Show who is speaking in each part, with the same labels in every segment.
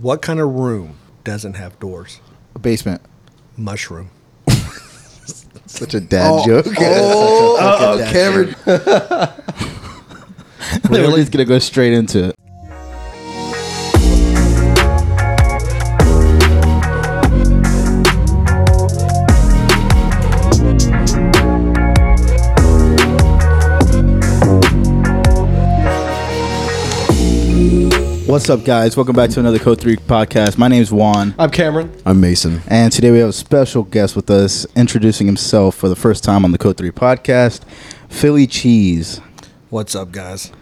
Speaker 1: What kind of room doesn't have doors?
Speaker 2: A basement.
Speaker 1: Mushroom.
Speaker 3: Such a dad joke.
Speaker 2: Oh,
Speaker 3: Such a dad
Speaker 2: Cameron.
Speaker 3: joke.
Speaker 2: Everybody's gonna go straight into it. What's up, guys? Welcome back to another Code Three podcast. My name's Juan,
Speaker 4: I'm Cameron.
Speaker 3: I'm Mason.
Speaker 2: and today we have a special guest with us, introducing himself for the first time on the Code Three podcast, Philly Cheese.
Speaker 1: What's up, guys?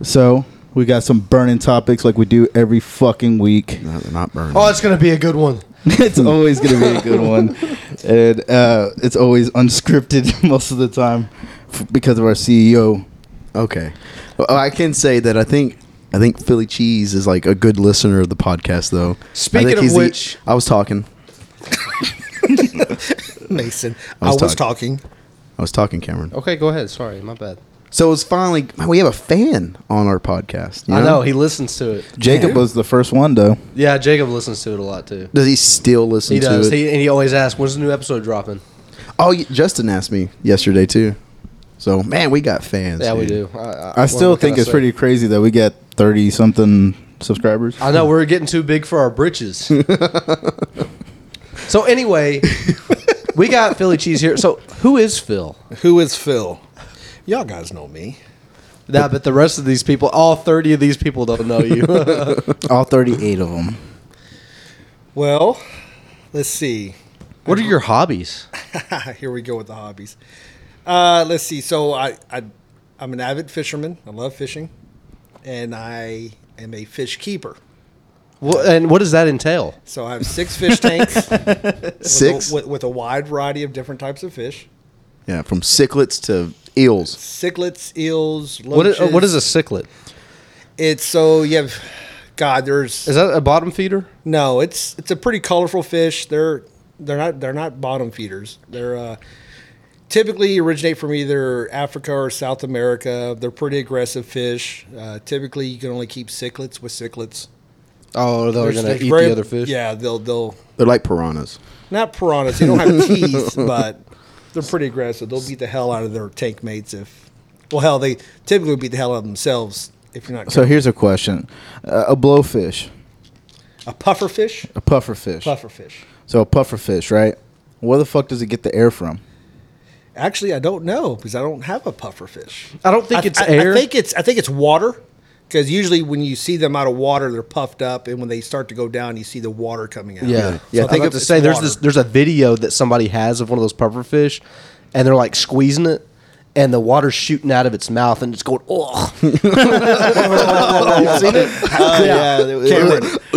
Speaker 2: So we got some burning topics like we do every fucking week.
Speaker 3: Not, not burning.
Speaker 4: Oh, it's gonna be a good one.
Speaker 2: it's always gonna be a good one, and uh, it's always unscripted most of the time f- because of our E CEO.
Speaker 3: okay. Well, I can say that I think I think Philly Cheese is like a good listener of the podcast, though. I
Speaker 4: Speaking
Speaker 3: think
Speaker 4: of
Speaker 3: he's the-
Speaker 4: which-
Speaker 3: I was talking.
Speaker 1: Mason. I
Speaker 3: I
Speaker 1: was,
Speaker 3: was
Speaker 1: talking.
Speaker 3: I was talking, Cameron.
Speaker 4: Okay, go ahead. Sorry, my bad.
Speaker 3: So it's finally we have a fan on our podcast. you
Speaker 4: I know Oh, he listens to it.
Speaker 2: Jacob was the first one though.
Speaker 4: Yeah, Jacob listens to it a lot too.
Speaker 3: Does he still listen
Speaker 4: He
Speaker 3: to
Speaker 4: does.
Speaker 3: it?
Speaker 4: He, and he always asks, "When's the new episode dropping?"
Speaker 3: oh, y- Justin asked me yesterday too. So man, we got fans.
Speaker 4: Yeah, we do.
Speaker 3: dude.
Speaker 4: I, I-
Speaker 2: I
Speaker 4: what-
Speaker 2: still
Speaker 4: what can
Speaker 2: think
Speaker 4: I
Speaker 2: it's
Speaker 4: say?
Speaker 2: pretty crazy that we got thirty something subscribers.
Speaker 4: I know we're getting too big for our britches. so anyway, we got Philly cheese here. So who is Phil?
Speaker 1: Who is Phil? Y'all guys know me.
Speaker 4: Nah, but the rest of these people, all thirty of these people, don't know you.
Speaker 2: All thirty-eight of them.
Speaker 1: Well, let's see.
Speaker 4: what are your hobbies?
Speaker 1: Here we go with the hobbies. Uh, let's see. So I, I, I'm an avid fisherman. I love fishing, and I am a fish keeper.
Speaker 4: What, and what does that entail?
Speaker 1: So I have six fish tanks.
Speaker 3: Six?
Speaker 1: with a, with, with a wide variety of different types of fish:
Speaker 3: Yeah, from cichlids to eels.
Speaker 1: cichlids, eels,
Speaker 4: What
Speaker 1: loaches.
Speaker 4: is, uh, what is a cichlid?
Speaker 1: It's so you have, God, there's
Speaker 4: Is that a bottom feeder?
Speaker 1: No, it's it's a pretty colorful fish. They're they're not they're not bottom feeders. They're uh, typically originate from either Africa or South America. They're pretty aggressive fish. Uh, typically, you can only keep cichlids with cichlids.
Speaker 4: Oh, they're
Speaker 1: There's-
Speaker 4: gonna
Speaker 1: there's
Speaker 4: eat
Speaker 1: very-
Speaker 4: the other fish.
Speaker 1: Yeah, they'll they'll
Speaker 3: They're like piranhas.
Speaker 1: not piranhas. They don't have teeth, but they're pretty aggressive. They'll beat the hell out of their tank mates if well hell they typically beat the hell out of themselves if you're not
Speaker 2: So here's a question: uh, a blowfish,
Speaker 1: a puffer fish.
Speaker 2: a pufferfish.
Speaker 1: Puffer fish.
Speaker 2: So a pufferfish, right? Where the fuck does it get the air from?
Speaker 1: Actually, I don't know because I don't have a puffer fish.
Speaker 4: I don't think it's
Speaker 1: I,
Speaker 4: air.
Speaker 1: I think it's I think it's water because usually when you see them out of water, they're puffed up, and when they start to go down, you see the water coming out.
Speaker 4: yeah,
Speaker 1: So
Speaker 4: yeah. I think
Speaker 1: it's
Speaker 4: to say there's
Speaker 1: water.
Speaker 4: this there's a video that somebody has of one of those pufferfish, and they're like squeezing it, and the water's shooting out of its mouth, and it's going oh.
Speaker 2: You've seen it? Oh,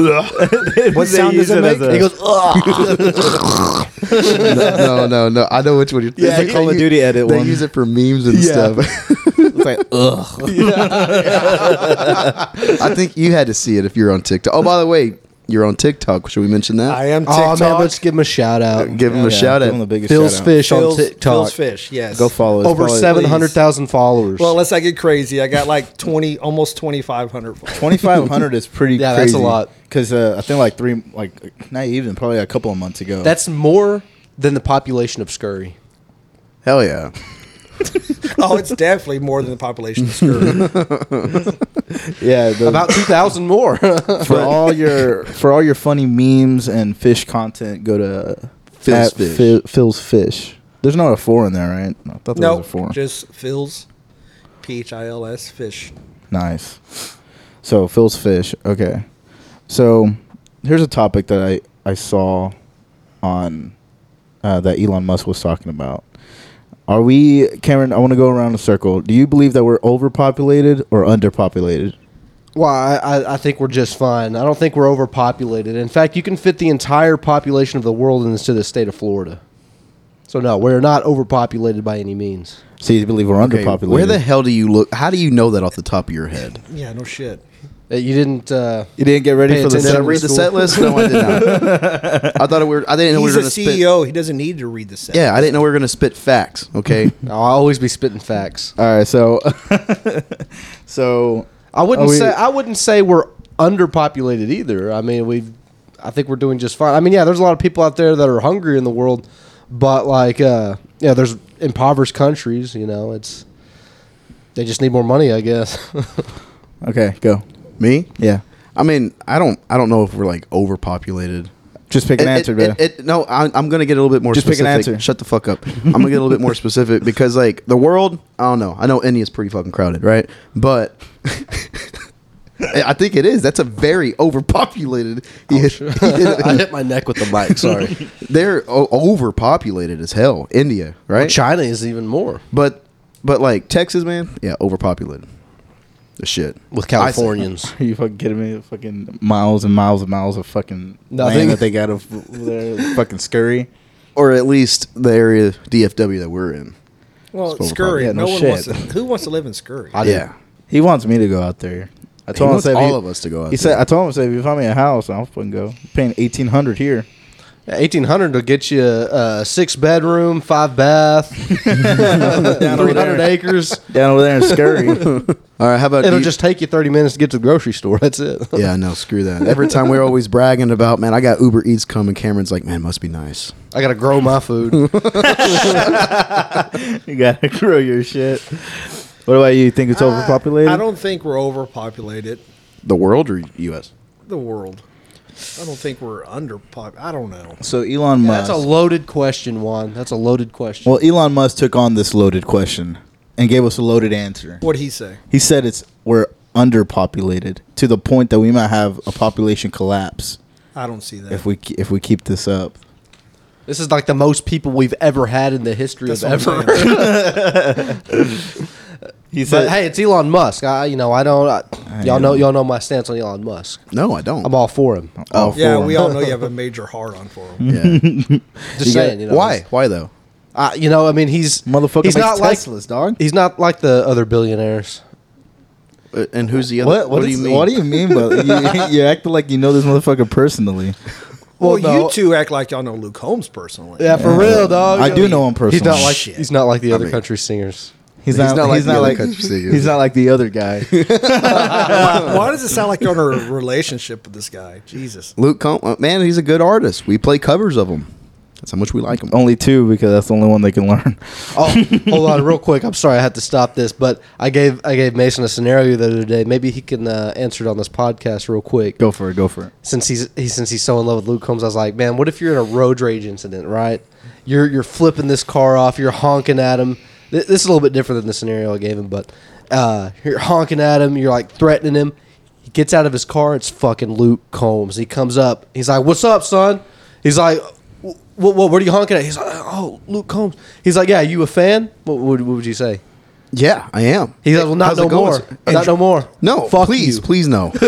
Speaker 2: yeah.
Speaker 1: What
Speaker 2: They
Speaker 1: sound does
Speaker 2: use
Speaker 1: it
Speaker 2: it as
Speaker 1: make?
Speaker 2: a-
Speaker 4: It goes oh.
Speaker 3: no, no, no, no. I know which one. You're,
Speaker 2: Yeah, It's a Call of
Speaker 3: you-
Speaker 2: Duty edit
Speaker 3: They
Speaker 2: one.
Speaker 3: use it for memes and
Speaker 2: Yeah.
Speaker 3: stuff.
Speaker 2: It's like ugh.
Speaker 3: I think you had to see it if you're on TikTok. Oh, by the way, you're on TikTok. Should we mention that?
Speaker 1: I am
Speaker 4: oh
Speaker 1: TikTok.
Speaker 4: man, let's give him a shout out.
Speaker 3: Give him a shout
Speaker 2: give
Speaker 3: out.
Speaker 2: him the biggest
Speaker 4: Phil's
Speaker 2: shout out.
Speaker 4: fish
Speaker 1: Phil's,
Speaker 4: on TikTok.
Speaker 1: Phil's fish. Yes.
Speaker 2: Go follow us.
Speaker 4: Over
Speaker 2: Follow us.
Speaker 4: seven hundred thousand followers.
Speaker 1: Well, unless I get crazy, I got like twenty, almost twenty five hundred.
Speaker 2: Twenty five hundred is pretty.
Speaker 4: Yeah,
Speaker 2: crazy.
Speaker 4: that's a lot.
Speaker 2: Because uh, I think like three, like not even probably a couple of months ago.
Speaker 4: that's more than the population of Scurry.
Speaker 3: Hell yeah.
Speaker 1: oh, it's definitely more than the population. of Scurry.
Speaker 2: yeah. the-
Speaker 4: About two thousand more.
Speaker 2: for all your for all your funny memes and fish content, go to
Speaker 3: Phil's
Speaker 2: at
Speaker 3: Fish.
Speaker 2: Phil- Phil's fish. There's not a four in there, right? I thought there was a four.
Speaker 1: no, just Phil's, P H I L S fish.
Speaker 2: Nice. So Phil's fish. Okay. So here's a topic that I I saw on uh, that Elon Musk was talking about. Are we, Cameron? I want to go around the circle. Do you believe that we're overpopulated or underpopulated?
Speaker 4: Well, I- I, I think we're just fine. I don't think we're overpopulated. In fact, you can fit the entire population of the world into the state of Florida. So no, we're not overpopulated by any means.
Speaker 2: So you believe we're
Speaker 3: Okay,
Speaker 2: underpopulated?
Speaker 3: Where the hell do you look? How do you know that off the top of your head?
Speaker 1: Yeah, no shit.
Speaker 4: Uh, You didn't. Uh,
Speaker 2: You didn't get ready
Speaker 4: Pay
Speaker 2: for the
Speaker 4: attention.
Speaker 3: Did I
Speaker 2: set
Speaker 3: read
Speaker 2: list?
Speaker 3: the set list? No, I did not. I thought we were. I didn't know
Speaker 5: He's a
Speaker 3: we were going to spit.
Speaker 1: E
Speaker 2: E
Speaker 5: CEO. He doesn't need to read the set.
Speaker 3: Yeah, I didn't know we were going to spit facts. Okay,
Speaker 4: I'll always be spitting facts.
Speaker 2: All right, so so
Speaker 4: I wouldn't
Speaker 2: Oh, we-
Speaker 4: say. I wouldn't say we're underpopulated either. I mean, we. I think we're doing just fine. I mean, yeah, there's a lot of people out there that are hungry in the world, but like, uh, yeah, there's impoverished countries. You know, it's. They just need more money, I guess.
Speaker 2: okay, go.
Speaker 3: me.
Speaker 2: Yeah,
Speaker 3: I mean, I don't. I don't know if we're like overpopulated.
Speaker 2: just pick an
Speaker 3: It- it-
Speaker 2: answer, bro.
Speaker 3: it- it- no, I, I'm going to get a little bit more.
Speaker 2: Just pick an
Speaker 3: specific.
Speaker 2: answer.
Speaker 3: Shut the fuck up. I'm going to get a little bit more specific because like the world. I don't know. I know India's pretty fucking crowded, right? But. I think it is. That's a very overpopulated.
Speaker 2: Oh,
Speaker 4: I hit my neck with the mic. Sorry.
Speaker 3: They're o- overpopulated as hell. India, right?
Speaker 4: China is even more
Speaker 3: But but like Texas, man, yeah, overpopulated. The shit.
Speaker 4: with Californians.
Speaker 2: Are you fucking kidding me? Fucking miles and miles and miles of fucking
Speaker 4: Nothing.
Speaker 2: land that they got of their fucking scurry.
Speaker 3: Or at least the area DFW that we're in.
Speaker 5: Well,
Speaker 3: It's
Speaker 5: Scurry.
Speaker 2: overpopulated. Yeah,
Speaker 5: no
Speaker 2: no
Speaker 5: one
Speaker 2: shit.
Speaker 5: wants to, who wants to live in Scurry.
Speaker 4: I
Speaker 3: yeah.
Speaker 2: He wants me to go out there. I
Speaker 3: He
Speaker 2: told him I
Speaker 3: wants
Speaker 2: said, if
Speaker 3: all
Speaker 2: you-
Speaker 3: of us to go out.
Speaker 2: He said, "I told him I said if you find me a house, I'll fucking go. I'm paying eighteen hundred here.
Speaker 4: Eighteen hundred will get you a, a six bedroom, five bath, three hundred acres.
Speaker 2: Down over there in Scurry.
Speaker 3: "All right, how about
Speaker 4: It'll
Speaker 3: you-
Speaker 4: just take you thirty minutes to get to the grocery store. That's it.
Speaker 3: Yeah, no, screw that. Every time we're always bragging about, man, I got Uber Eats coming. Cameron's like, man, must be nice.
Speaker 4: I gotta grow my food.
Speaker 2: you gotta grow your shit." What about you? You think it's overpopulated?
Speaker 5: I don't think we're overpopulated.
Speaker 3: The world or U.S.
Speaker 5: The world. I don't think we're underpop. I don't know.
Speaker 2: So Elon Musk.
Speaker 4: That's a loaded question, Juan. That's a loaded question.
Speaker 2: well, Elon Musk took on this loaded question and gave us a loaded answer.
Speaker 5: What'd he say?
Speaker 2: He said it's we're underpopulated to the point that we might have a population collapse
Speaker 5: I don't see that.
Speaker 2: if we ke- if we keep this up.
Speaker 4: this is like the most people we've ever had in the history
Speaker 5: That's
Speaker 4: of
Speaker 5: what I'm
Speaker 4: ever.
Speaker 5: saying.
Speaker 2: He
Speaker 4: But hey, it's Elon Musk. I, you know, I don't. I, y'all know,
Speaker 2: know.
Speaker 4: y'all know my stance on Elon Musk.
Speaker 3: No, I don't.
Speaker 4: I'm all for him.
Speaker 2: oh,
Speaker 5: yeah,
Speaker 2: for
Speaker 5: we
Speaker 2: him.
Speaker 5: all know you have a major hard on for him.
Speaker 3: Yeah.
Speaker 4: Just saying. You know,
Speaker 3: Why? Why though?
Speaker 4: I, you know, I mean, he's
Speaker 2: motherfucker.
Speaker 4: He's
Speaker 2: makes
Speaker 4: not like
Speaker 2: Teslas, dog.
Speaker 4: he's not like the other billionaires.
Speaker 3: Uh, And who's the other?
Speaker 2: What, what, is- what do you mean? But you, you acting like you know this motherfucker personally.
Speaker 5: Well,
Speaker 4: Well, no.
Speaker 5: you two act like y'all know Luke Holmes personally.
Speaker 4: Yeah, for real, dog.
Speaker 2: I do know him
Speaker 4: He's
Speaker 2: personally.
Speaker 4: not like
Speaker 5: Shit.
Speaker 4: he's not like the other
Speaker 3: mean-
Speaker 4: country singers.
Speaker 2: He's
Speaker 3: He's
Speaker 2: not,
Speaker 3: not like
Speaker 2: he's
Speaker 3: the
Speaker 2: not
Speaker 3: other
Speaker 2: like
Speaker 3: country singer.
Speaker 2: he's not like the other guy.
Speaker 5: why, why does it sound like you're in a relationship with this guy? Jesus.
Speaker 3: Luke, Com- uh, man, he's a good artist. We play covers of him. That's how much we like him.
Speaker 2: Only two because that's the only one they can learn.
Speaker 4: Oh, hold on, real quick. I'm sorry, I had to stop this, but I gave I gave Mason a scenario the other day. Maybe he can uh, answer it on this podcast real quick.
Speaker 2: Go for it. Go for it.
Speaker 4: Since he's he, since he's so in love with Luke Combs, I was like, man, what if you're in a road rage incident, right? You're you're flipping this car off, you're honking at him. Th- This is a little bit different than the scenario I gave him, but uh, you're honking at him, you're like threatening him. He gets out of his car. It's fucking Luke Combs. He comes up. He's like, "What's up, son?" He's like, "What? What, what are you honking at?" He's like, "Oh, Luke Combs." He's like, "Yeah, you a fan?" What, would what would you say?
Speaker 3: Yeah, I am.
Speaker 4: He's like, "Well, not
Speaker 3: How's
Speaker 4: no
Speaker 3: it going,
Speaker 4: more.
Speaker 3: sir?
Speaker 4: Not no more.
Speaker 3: No,
Speaker 4: Fuck
Speaker 3: please,
Speaker 4: you."
Speaker 3: please no.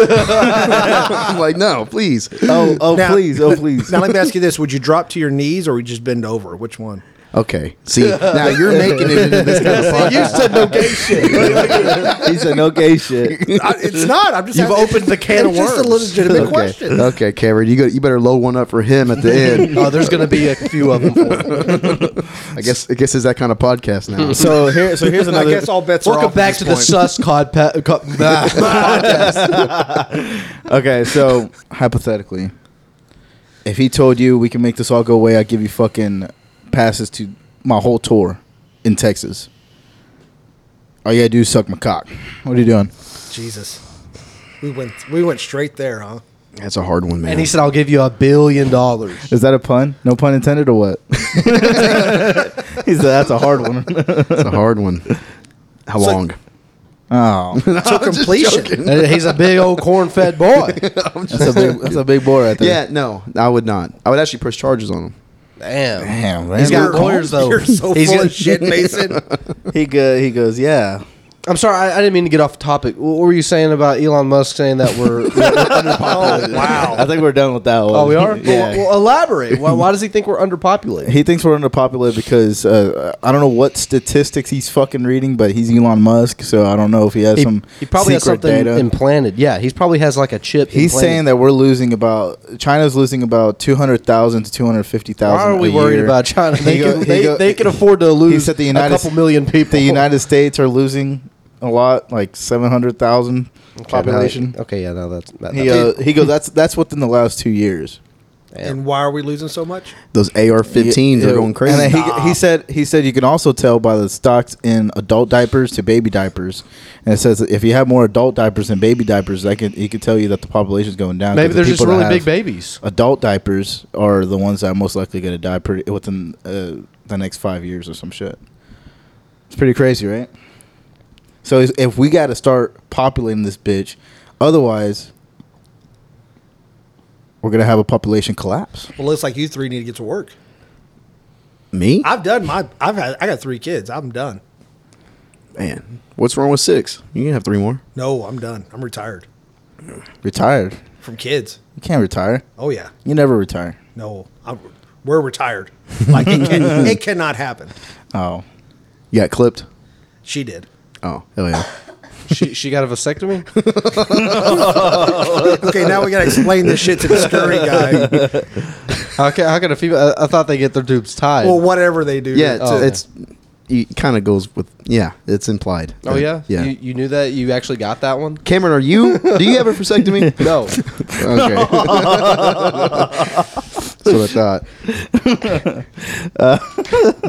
Speaker 3: I'm like, no, please.
Speaker 2: Oh, oh,
Speaker 5: Now-
Speaker 2: please. Oh, please.
Speaker 5: Now let me ask you this: Would you drop to your knees or would you just bend over? Which one?
Speaker 3: Okay. See, now you're making it into this kind of
Speaker 4: You
Speaker 3: podcast.
Speaker 4: said no gay shit.
Speaker 2: he said no gay shit.
Speaker 5: I, it's not. I'm just.
Speaker 4: You've opened the can
Speaker 5: it's
Speaker 4: of
Speaker 5: just a
Speaker 4: worms.
Speaker 5: legitimate
Speaker 3: okay.
Speaker 5: question.
Speaker 3: Okay, Cameron, you go, you better load one up for him at the end.
Speaker 4: Oh, there's gonna be a few of them. For him.
Speaker 3: I guess I guess it's that kind of podcast now.
Speaker 2: So here, so here's
Speaker 5: I
Speaker 2: another.
Speaker 5: guess all bets are
Speaker 4: Welcome
Speaker 5: off at
Speaker 4: back
Speaker 5: this
Speaker 4: to the
Speaker 5: point.
Speaker 4: sus cod. Pa- co-
Speaker 2: okay, so hypothetically, if he told you we can make this all go away, I give you fucking passes to my whole tour in Texas. All you gotta do is suck my cock. What are you doing?
Speaker 5: Jesus. We went. We went straight there, huh?
Speaker 3: That's a hard one, man.
Speaker 4: and he said, "I'll give you a billion dollars."
Speaker 2: Is that a pun? No pun intended, or what? he said that's a hard one.
Speaker 3: it's a hard one. How
Speaker 5: So-
Speaker 3: long?
Speaker 2: Oh,
Speaker 5: To completion.
Speaker 4: And he's a big old corn-fed boy.
Speaker 2: that's a big, that's a big boy right there.
Speaker 3: Yeah, no, I would not. I would actually press charges on him.
Speaker 4: Damn.
Speaker 2: Damn, man.
Speaker 4: He's got
Speaker 5: You're-
Speaker 4: lawyers though.
Speaker 5: You're so
Speaker 4: He's
Speaker 5: full
Speaker 4: got-
Speaker 5: of shit, Mason.
Speaker 2: he go, he goes, yeah.
Speaker 4: I'm sorry, I, I didn't mean to get off topic. What were you saying about Elon Musk saying that we're? we're underpopulated?
Speaker 1: Wow.
Speaker 2: I think we're done with that one.
Speaker 4: Oh, we are.
Speaker 2: Oh, yeah.
Speaker 4: Well, well, elaborate. Why, why does he think we're underpopulated?
Speaker 2: he thinks we're underpopulated because uh, I don't know what statistics he's fucking reading, but he's Elon Musk, so I don't know if he has
Speaker 4: He,
Speaker 2: some
Speaker 4: he probably has
Speaker 2: secret
Speaker 4: something
Speaker 2: data.
Speaker 4: implanted. Yeah, he probably has like a chip.
Speaker 2: he's saying that we're losing about China's losing about two hundred thousand to two hundred fifty thousand.
Speaker 4: Why are we worried about China? They,
Speaker 2: go-
Speaker 4: can,
Speaker 2: he
Speaker 4: they,
Speaker 2: go-
Speaker 4: they can afford to lose
Speaker 2: said the
Speaker 4: a
Speaker 2: United-
Speaker 4: couple million people.
Speaker 2: The United States are losing a lot, like seven hundred thousand
Speaker 4: Okay, now-
Speaker 2: population.
Speaker 4: Okay, yeah, no, that's that,
Speaker 2: He, uh, he goes. That's that's within the last two years.
Speaker 1: And why are we losing so much?
Speaker 3: Those AR-15s
Speaker 2: Yeah,
Speaker 3: are going crazy.
Speaker 2: And then he, he said he said you can also tell by the stocks in adult diapers to baby diapers, and it says if you have more adult diapers than baby diapers, that can he could tell you that the population is going down.
Speaker 4: maybe
Speaker 2: 'cause
Speaker 4: they're
Speaker 2: the
Speaker 4: just
Speaker 2: people that
Speaker 4: really
Speaker 2: have
Speaker 4: big babies.
Speaker 2: Adult diapers are the ones that are most likely going to die pretty within uh, the next five years or some shit. It's pretty crazy, right? So is- if we got to start populating this bitch, otherwise. We're gonna have a population collapse.
Speaker 1: Well, looks like you three need to get to work.
Speaker 3: Me?
Speaker 1: I've done my. I've had. I got three kids. I'm done.
Speaker 3: Man, what's wrong with six? You can have three more.
Speaker 1: No, I'm done. I'm retired
Speaker 2: Retired.
Speaker 1: from kids.
Speaker 2: You can't retire.
Speaker 1: Oh yeah.
Speaker 2: You never retire.
Speaker 1: No, I'm, we're retired. Like it, can, it cannot happen.
Speaker 2: Oh,
Speaker 3: You got clipped?
Speaker 1: She did.
Speaker 3: Oh, hell yeah.
Speaker 4: she she got a vasectomy.
Speaker 1: Okay, now we gotta explain this shit to the scurry guy.
Speaker 4: how can how can a female? I, I thought they get their tubes tied.
Speaker 1: Well, whatever they do.
Speaker 3: yeah, it's,
Speaker 4: Oh, okay.
Speaker 3: it's it kind of goes with, yeah, it's implied.
Speaker 4: oh yeah,
Speaker 3: Yeah.
Speaker 4: You, you knew that you actually got that one.
Speaker 3: Cameron, are you, do you have a vasectomy?
Speaker 4: No,
Speaker 3: Okay. That's what I thought.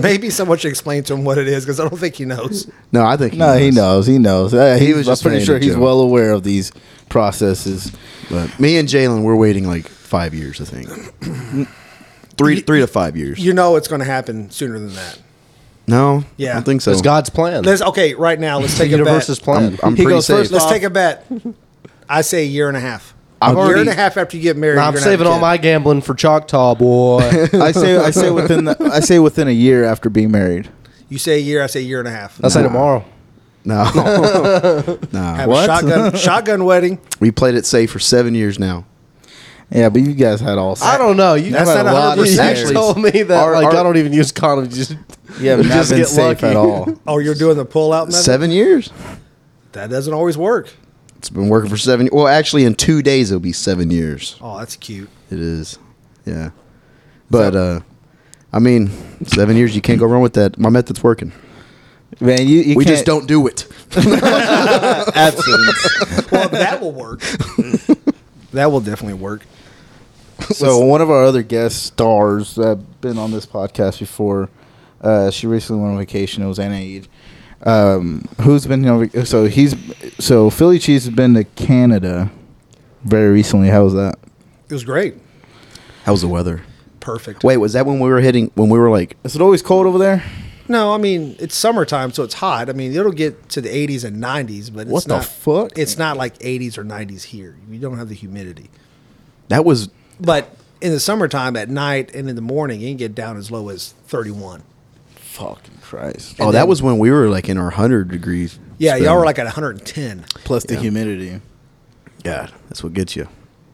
Speaker 1: maybe someone should explain to him what it is because I don't think he knows.
Speaker 3: No, I think
Speaker 2: no, he knows. He knows. Uh, he was
Speaker 3: was
Speaker 2: I'm
Speaker 3: just
Speaker 2: pretty
Speaker 3: making a
Speaker 2: sure he's
Speaker 3: joke.
Speaker 2: well aware of these processes.
Speaker 3: But me and Jalen, we're waiting like five years, I think. three, three to five years.
Speaker 1: You know it's gonna happen sooner than that.
Speaker 3: no,
Speaker 1: Yeah.
Speaker 3: I don't think so.
Speaker 4: it's God's plan.
Speaker 1: Let's okay. Right now, let's
Speaker 4: the
Speaker 1: take a bet.
Speaker 4: universe's plan.
Speaker 3: I'm
Speaker 2: He
Speaker 3: pretty
Speaker 2: goes
Speaker 3: safe.
Speaker 2: first
Speaker 1: Let's
Speaker 2: off.
Speaker 1: take a bet. I say a year and a half.
Speaker 3: I've
Speaker 1: a year
Speaker 3: already-
Speaker 1: and a half after you get married.
Speaker 4: I'm
Speaker 1: you're gonna have a
Speaker 4: saving all
Speaker 1: kid.
Speaker 4: my gambling for Choctaw, boy.
Speaker 2: I say. I say within. The, I say within a year after being married.
Speaker 1: You say a year. I say a year and a half.
Speaker 4: I'll say tomorrow.
Speaker 3: No.
Speaker 1: have
Speaker 3: no.
Speaker 1: a
Speaker 2: what?
Speaker 1: shotgun shotgun wedding.
Speaker 3: We played it safe for seven years now.
Speaker 2: Yeah, but you guys had all.
Speaker 4: I don't know. You
Speaker 1: That's
Speaker 4: had
Speaker 1: not
Speaker 4: a lot.
Speaker 1: 100%
Speaker 4: You
Speaker 1: actually.
Speaker 4: told me that
Speaker 3: Our-
Speaker 4: like
Speaker 3: our-
Speaker 4: I don't even use condoms. Just
Speaker 2: You have not
Speaker 4: just
Speaker 2: been
Speaker 4: get
Speaker 2: safe
Speaker 4: lucky.
Speaker 2: at all.
Speaker 1: Oh, you're doing the pullout method.
Speaker 3: Seven years?
Speaker 1: That doesn't always work.
Speaker 3: It's been working for seven. Well, actually, in two days it'll be seven years.
Speaker 1: Oh, that's cute.
Speaker 3: It is, yeah. But uh, I mean, seven years you can't go wrong with that. My method's working.
Speaker 2: Man, you. you
Speaker 3: we
Speaker 2: can't-
Speaker 3: just don't do it.
Speaker 2: abstinence.
Speaker 1: Well, that will work. that will definitely work.
Speaker 2: so one of our other guest stars that have been on this podcast before, uh, she recently went on vacation. It was Anaid. Um, who's been on vac- so he's so Philly Cheese has been to Canada very recently. How was that?
Speaker 1: It was great.
Speaker 3: How's the weather?
Speaker 1: Perfect.
Speaker 3: Wait, was that when we were hitting? When we were like,
Speaker 2: Is it always cold over there?
Speaker 1: No, I mean it's summertime, so it's hot. I mean it'll get to the 80s and 90s, but
Speaker 2: What
Speaker 1: it's
Speaker 2: the
Speaker 1: not,
Speaker 2: fuck?
Speaker 1: It's not like 80s or 90s here. You don't have the humidity.
Speaker 3: that was
Speaker 1: But in the summertime, at night and in the morning, you can get down as low as 31.
Speaker 2: Fucking Christ!
Speaker 3: oh, that was when we were like in our hundred degrees.
Speaker 1: Yeah,
Speaker 3: spin.
Speaker 1: y'all were like at 110.
Speaker 2: plus the humidity.
Speaker 3: yeah, that's what gets you.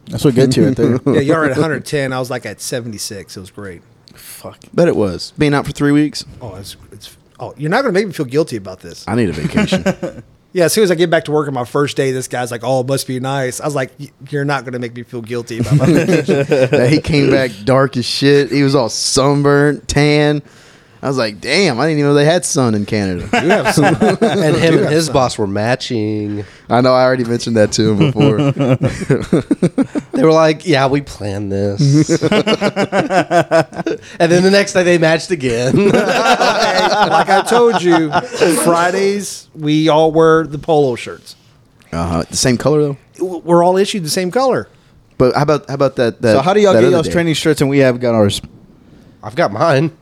Speaker 2: That's what gets you right there.
Speaker 1: Yeah, y'all were at 110. I was like at 76. It was great.
Speaker 2: Fuck.
Speaker 3: Bet it was being out for three weeks.
Speaker 1: Oh, it's it's. Oh, you're not gonna make me feel guilty about this.
Speaker 3: I need a vacation.
Speaker 1: Yeah, as soon as I get back to work on my first day, this guy's like, "Oh, it must be nice." I was like, "Y- "You're not gonna make me feel guilty about my vacation."
Speaker 3: that he came back dark as shit. He was all sunburnt, tan. I was like, damn, I didn't even know they had sun in Canada.
Speaker 1: you have some.
Speaker 4: and him and his boss were matching.
Speaker 3: I know I already mentioned that to him before.
Speaker 4: They were like, "Yeah, we planned this," and then the next day they matched again.
Speaker 1: Hey, like I told you, Fridays we all wear the polo shirts.
Speaker 3: uh, the same color though.
Speaker 1: W- We're all issued the same color.
Speaker 3: But how about how about that? that
Speaker 2: So how do y'all
Speaker 3: that
Speaker 2: get
Speaker 3: other
Speaker 2: y'all's
Speaker 3: day?
Speaker 2: training shirts and we haven't got ours?
Speaker 4: I've got mine.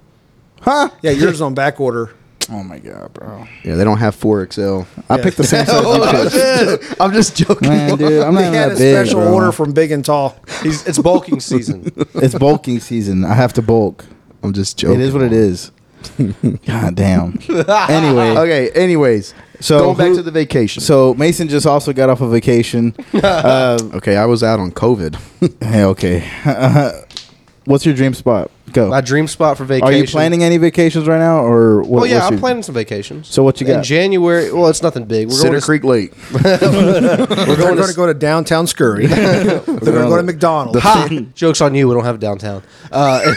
Speaker 2: Huh?
Speaker 1: Yeah, yours is on back order.
Speaker 2: Oh my god, bro!
Speaker 3: Yeah, they don't have four XL.
Speaker 2: I picked the same size you picked.
Speaker 3: I'm just joking.
Speaker 2: Man, dude, I'm
Speaker 1: They
Speaker 2: not even
Speaker 1: had
Speaker 2: that
Speaker 1: a
Speaker 2: big,
Speaker 1: special
Speaker 2: bro.
Speaker 1: order from Big and Tall.
Speaker 4: He's, it's bulking season.
Speaker 2: it's bulking season. I have to bulk.
Speaker 3: I'm just joking.
Speaker 2: It is what it is. God damn. anyway,
Speaker 3: Okay. Anyways,
Speaker 2: So
Speaker 3: going back
Speaker 2: who-
Speaker 3: to the vacation.
Speaker 2: So Mason just also got off a vacation. uh,
Speaker 3: okay, I was out on COVID.
Speaker 2: hey, okay. what's your dream spot? Go.
Speaker 4: My dream spot for vacation.
Speaker 2: Are you planning any vacations right now, or what?
Speaker 4: Oh yeah,
Speaker 2: what's
Speaker 4: I'm
Speaker 2: your-
Speaker 4: planning some vacations.
Speaker 2: So what you
Speaker 4: In
Speaker 2: got?
Speaker 4: January? Well, it's nothing big. We're
Speaker 3: Cedar
Speaker 4: going to
Speaker 3: Creek Lake.
Speaker 1: We're going, to go to downtown Scurry. They're going to go to McDonald's.
Speaker 4: Ha! Jokes on you. We don't have downtown. Uh,